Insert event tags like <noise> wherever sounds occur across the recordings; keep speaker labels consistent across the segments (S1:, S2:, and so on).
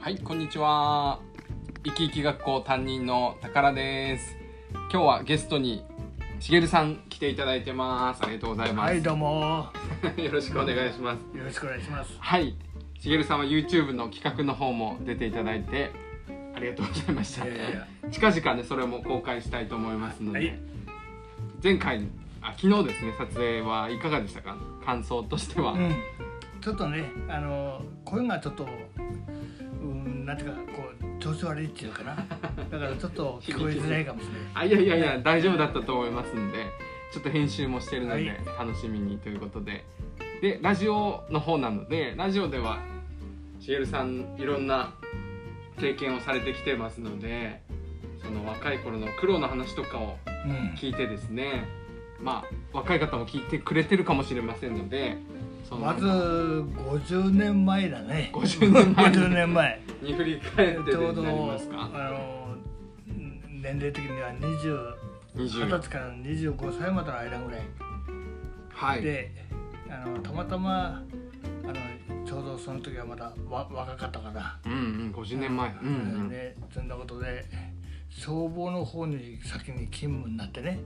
S1: はい、こんにちは。生き生き学校担任の宝です。今日はゲストにしげるさん来ていただいてます。ありがとうございま
S2: はい
S1: す。
S2: どうも
S1: <laughs> よろしくお願いします。
S2: よろしくお願いします
S1: はい、しげるさんは YouTube の企画の方も出ていただいてありがとうございました。
S2: いやいやいや
S1: 近々ねそれも公開したいと思いますので、
S2: はい
S1: 前回あ昨日ですね撮影はいかがでしたか？感想としては、
S2: うんちょっとねあの声がちょっとうんなんていうかこう調子悪いっていうの
S1: <laughs>
S2: かなだからちょっと聞こえづらいかもしれない
S1: あいやいやいや大丈夫だったと思いますんでちょっと編集もしてるの
S2: は
S1: で
S2: い
S1: 楽しみにということででラジオの方なのでラジオではしげるさんいろんな経験をされてきてますのでその若い頃の苦労の話とかを
S2: うん
S1: 聞いてですねまあ若い方も聞いてくれてるかもしれませんのでその
S2: まず50年前だね
S1: 50年前
S2: 50
S1: <laughs>
S2: 年前
S1: に振り返って
S2: ちょう
S1: に
S2: ど
S1: なりま
S2: あ
S1: すか
S2: の年齢的には20
S1: 20
S2: 20歳から25歳までの間ぐらい
S1: はい
S2: であのたまたまあのちょうどその時はまだわ若かったから
S1: うんうん50年前うんうん
S2: でそんなことで消防の方に先に勤務になってね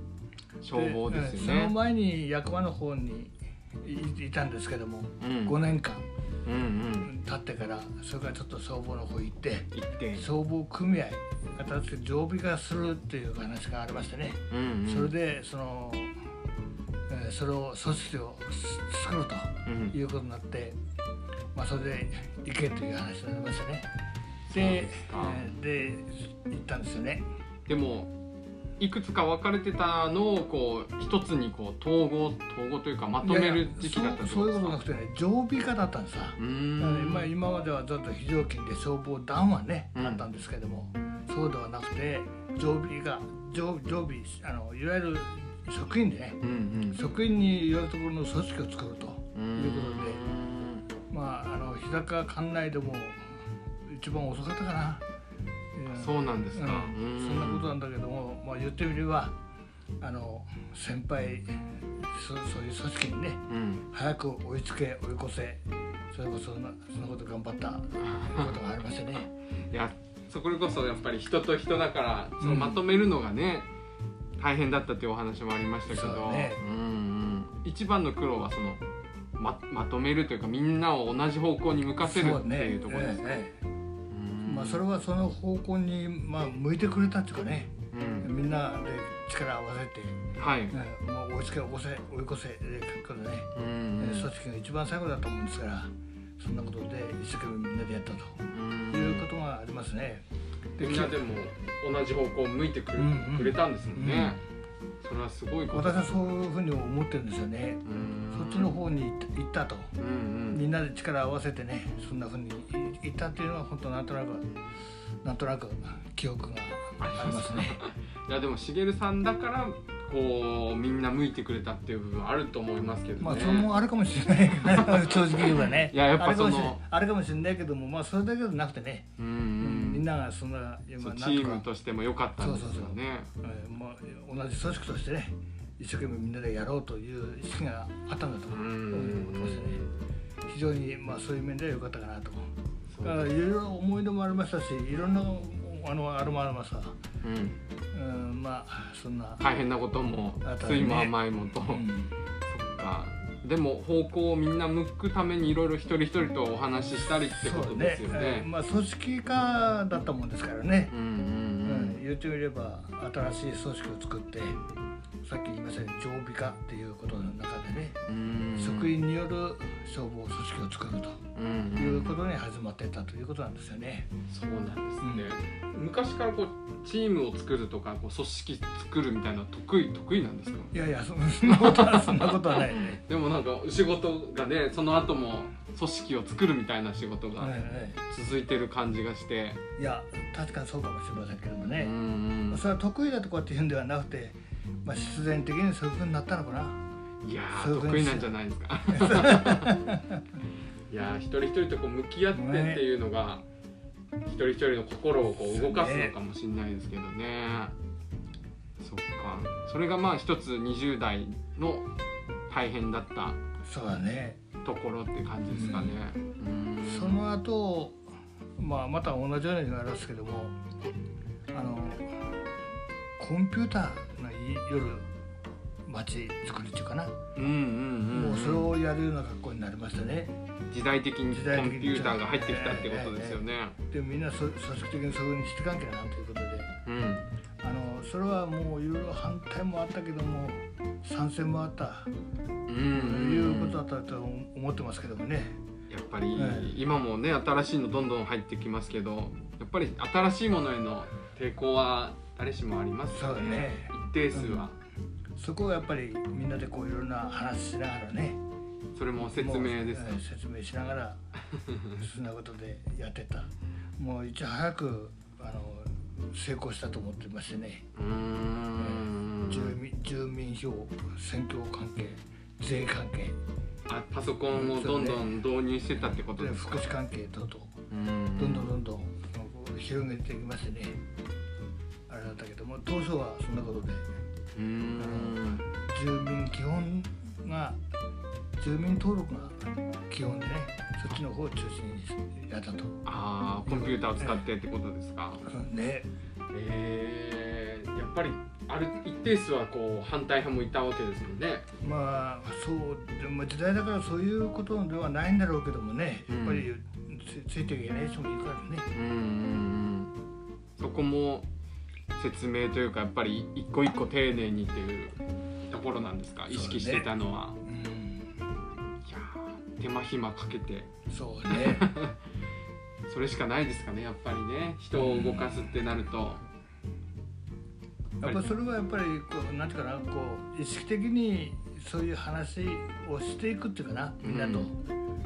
S1: 消防ですよ
S2: うんその
S1: ね
S2: 前に役場の方にいいたんですけども、
S1: うん
S2: 5年間
S1: うんうん
S2: 経ってからそれからちょっと消防の方行って
S1: 行って
S2: 消防組合新しく常備化するっていう話がありましてね、
S1: うんうん
S2: それでその、えーそれを組織をす作ると。
S1: うん
S2: いうことになって、まあ、それで行けという話になりましたね。
S1: そう
S2: で
S1: ですか
S2: えーで行ったんですよね。
S1: でもいくつか分かれてたのをこう一つにこう統合統合というかまとめる時期だった
S2: いやいや
S1: って
S2: そうそういう
S1: です
S2: こ
S1: か
S2: となくてね常備課だったんですさ
S1: う、ー
S2: うんんまあ、今まではずっと非常勤で消防団はね、
S1: うん
S2: あったんですけどもそうではなくて常備課常常備あのいわゆる職員でね
S1: うんうん
S2: 職員によるところの組織を作ると
S1: うー
S2: いうんことでまああの日高管内でも一番遅かったかな。うん
S1: そうなんです
S2: う
S1: か
S2: ん、そんなことなんだけども、まあ、言ってみればあの先輩そそういう組織にね <laughs>
S1: うん
S2: 早く追いつけ追い越せそれこそそんなそんなこと頑張ったことがありましてね
S1: いやそここそやっぱり人と人だからそのまとめるのがね、大変だったっていうお話もありましたけど
S2: そうね
S1: うんうん一番の苦労はそのままとめるというかみんなを同じ方向に向かせるっていうところです
S2: そ
S1: ね
S2: うねええ
S1: うん
S2: まあ、それはその方向に、まあ、向いてくれたっていうかね
S1: うん
S2: みんなで力を合わせて、
S1: はい、
S2: うんもう追いつけ追い越せ追い越せで書くことね、
S1: うん
S2: え
S1: うん
S2: 組織が一番最後だと思うんですからそんなことで一生懸命みんなでやったと
S1: うん
S2: いうことがありますね。
S1: みんなでも同じ方向を向いてくれ,、
S2: うんうん
S1: くれたんですもんね、それはすごいこと
S2: 私はそういうふうに思ってるんですよね。そっちの方に行った行ったと、
S1: うんうん
S2: みんなで力を合わせてね、そんなふうに行ったっていうのは本当なんとなくなんとなく記憶がありますね。
S1: いやでもしげるさんだからこうみんな向いてくれたっていう部分あると思いますけどね、
S2: まあそれもあるかもしれない。 <laughs> 正直言えばね。
S1: いややっぱその
S2: あれかもしれないあれかもしれないけども、まあそれだけじゃなくてね、
S1: うん
S2: みん
S1: うん
S2: ながそんな今
S1: そう
S2: なん
S1: チーム
S2: とか、
S1: としても良かったんですよね
S2: そうそうえーもう同じ組織としてね、一生懸命みんなでやろうという意識があったんだと
S1: うんう
S2: 思
S1: ん
S2: ってますね。非常にまあそういう面では良かったかなと。
S1: そう
S2: あいろいろ思い出もありましたしいろんなあのあれもありました、
S1: うん
S2: うん、まあそんな、
S1: 大変なことも
S2: あったね
S1: 酸いも甘いもと、
S2: うん
S1: そっかでも方向をみんな向くためにいろいろ一人一人とお話ししたりってことですよ
S2: そう
S1: ね
S2: えーまあ、組織化だったもんですからね
S1: う、ん
S2: うん
S1: うん
S2: 言ってみれば新しい組織を作ってさっき言いましたように常備化っていうことの中でね、
S1: うんうん
S2: 職員による消防組織を作ると
S1: うん
S2: いう
S1: う
S2: こ
S1: ん
S2: とに始まっていたということなんですよね。
S1: そうなんですね、昔からこうチームを作るとかこう組織作るみたいなのは得意得意なんですか
S2: いやいやそそんなことはそんなことはないね。
S1: でもなんか仕事がねその後も組織を作るみたいな仕事
S2: はいは
S1: が
S2: い
S1: 続いてる感じがして、
S2: いや確かにそうかもしれませんけどもね。
S1: うんうん
S2: それは得意だとかっていうんではなくて、まあ、必然的にそういうふうになったのかな。
S1: いや
S2: そう
S1: ー
S2: い
S1: 得
S2: う感じ
S1: 意なんじゃない
S2: <laughs>
S1: ですかいやー一人一人とこう向き合ってっていうのが、一人一人の心をこう動かすのかもしれないですけどねそっかそれがまあ一つ20代の大変だった
S2: そうだね。
S1: ところって感じですかね。うん
S2: その後まあ、また同じような言われますけどもあのコンピューターの夜街づくりっていうかな、
S1: うんうんうんうん
S2: もうそれをやるような格好になりましたね
S1: 時代的に
S2: 時
S1: コ
S2: 代
S1: ン
S2: 的に
S1: ピューターが入ってきたってことですよね、
S2: でみんなそ組織的にそういうふうにしていかんけなということで
S1: うん
S2: あのそれはもういろいろ反対もあったけども賛成もあった
S1: うん
S2: と
S1: うん
S2: いうことだったと思ってますけどもね、
S1: やっぱり、
S2: はい
S1: 今もね新しいのどんどん入ってきますけどやっぱり新しいものへの抵抗は誰しもありますよ
S2: そうだね
S1: 一定数は、
S2: そこをやっぱりみんなでこういろんな話しながらね
S1: それも説明です
S2: もうえー説明しながらそんなことでやってたもういち早くあの成功したと思ってましてね
S1: うーん
S2: 住民住民票選挙関係税関係
S1: あパソコンをどんどん導入してたってこと
S2: で
S1: ですか
S2: 福祉関係等々
S1: うん
S2: どんどんどんどん広げていきましてねあれだったけども当初はそんなことで
S1: うーん
S2: 住民基本が住民登録が基本でねそっちの方を中心にやったと。
S1: ああコンピューターを使ってってことですか
S2: ね
S1: えー、やっぱりある一定数はこう反対派もいたわけですもんね
S2: まあそうでも時代だからそういうことではないんだろうけどもねやっぱりつついていけない人もいるからね。
S1: うんうんうんそこも説明というかやっぱり一個一個丁寧にっていうところなんですか
S2: そうね
S1: 意識してたのは、
S2: うん
S1: いやー手間暇かけて
S2: そうね
S1: それしかないですかねやっぱりね人を動かすってなると
S2: やっぱりそれはやっぱりこうなんていうかなこう意識的にそういう話をしていくっていうかなみんなと、
S1: う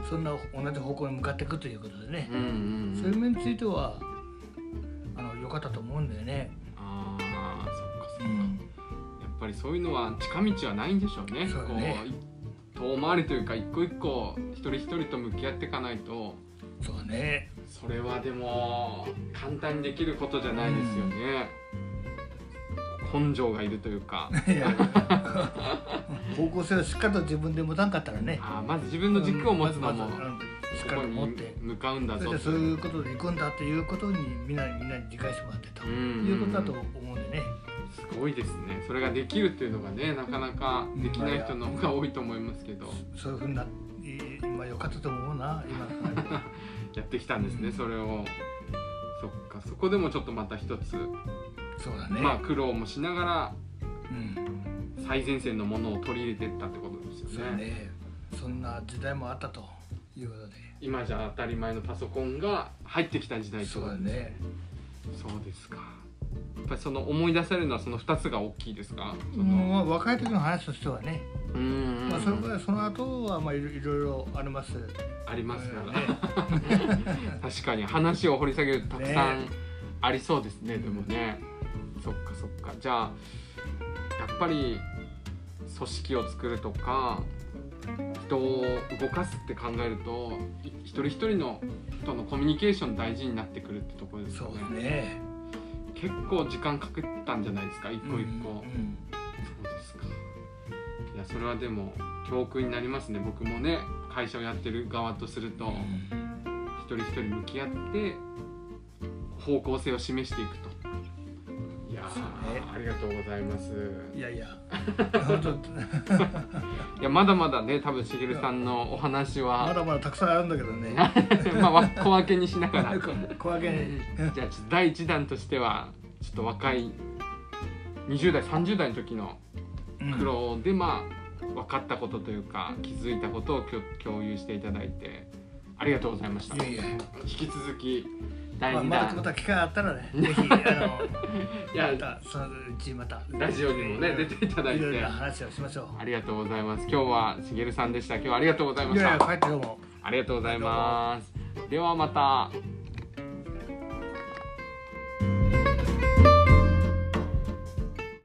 S2: そんな同じ方向に向かっていくということでね
S1: う、んうんう
S2: そうい
S1: ん
S2: う面についてはあの良かったと思うんだよね。
S1: ああそっかそっか、
S2: うん
S1: やっぱりそういうのは近道はないんでしょうね
S2: そうだね
S1: こうい遠回りというか一個一個一人一人と向き合っていかないと
S2: そうね
S1: それはでも簡単にできることじゃないですよね、根性がいるという
S2: <laughs>
S1: か
S2: いや方向性をしっかりと自分で持たんかったらね
S1: あーまず自分の軸を持つのも、
S2: まずまずうんしっ
S1: こ
S2: かり
S1: ことに
S2: 持って
S1: 向かうんだ
S2: そ
S1: ぞ
S2: れで
S1: と
S2: そういうことで行くんだということにみんなみんなに理解してもらってと
S1: うんうん
S2: いうことだと思うんでね
S1: すごいですねそれができるっていうのがねなかなかできない人の方が多いと思いますけど、
S2: そういうふうになってまあ良かったと思うな今の感
S1: <laughs>
S2: じは
S1: やってきたんですね、
S2: うん
S1: それをそっかそこでもちょっとまた一つ、
S2: そうだね、
S1: まあ苦労もしながら
S2: うん
S1: 最前線のものを取り入れてったってことですよ
S2: そうねそんな時代もあったということで
S1: 今じゃ当たり前のパソコンが入ってきた時代って
S2: そ
S1: こ
S2: う
S1: と
S2: だ
S1: です
S2: ね
S1: そうですか。やっぱりその思い出されるのはその二つが大きいですか。その
S2: もう若い時の話としてはね、
S1: うーん、
S2: まあ、それからその後はまあいろいろいろあります
S1: ありますから、
S2: ね
S1: <laughs> 確かに話を掘り下げるとたくさん
S2: ね
S1: ありそうですね。でもね、そっかそっか。じゃあやっぱり組織を作るとか。人を動かすって考えるとい一人一人の人のコミュニケーション大事になってくるってところです
S2: そ
S1: よ
S2: う
S1: ね
S2: だね
S1: 結構時間かけたんじゃないですか一個一個、
S2: う
S1: そう
S2: ん
S1: ですか。いやそれはでも教訓になりますね。僕もね会社をやってる側とすると、
S2: うん
S1: 一人一人向き合って方向性を示していくと。いやー、
S2: ね
S1: ありがとうございます。
S2: い
S1: <laughs>
S2: やいや本当
S1: いやまだまだね多分しげるさんのお話
S2: ま
S1: は
S2: だまだたくさんあるんだけ
S1: <laughs>
S2: どね
S1: まあわ小分けにしながら。じゃ
S2: <laughs> 小分けに
S1: あちょっと第一弾としてはちょっと若い20代30代の時の苦労でまあ分かったことというか気づいたことをきょ共有していただいてありがとうございました
S2: いやいや、
S1: 引き続き第
S2: まあ、
S1: 2
S2: まだ
S1: 弾、
S2: また機会あったら
S1: <laughs>
S2: ねぜひ
S1: い
S2: あ
S1: や
S2: のまたそのうちまた
S1: ラジオにもね出ていただい
S2: いろい
S1: て
S2: ろ話をしましょ
S1: ありがとうございます今日はしげるさんでした今日はありがとうございま
S2: うい
S1: し
S2: やいや
S1: た
S2: 帰ってどうも
S1: ありがとうございますではまた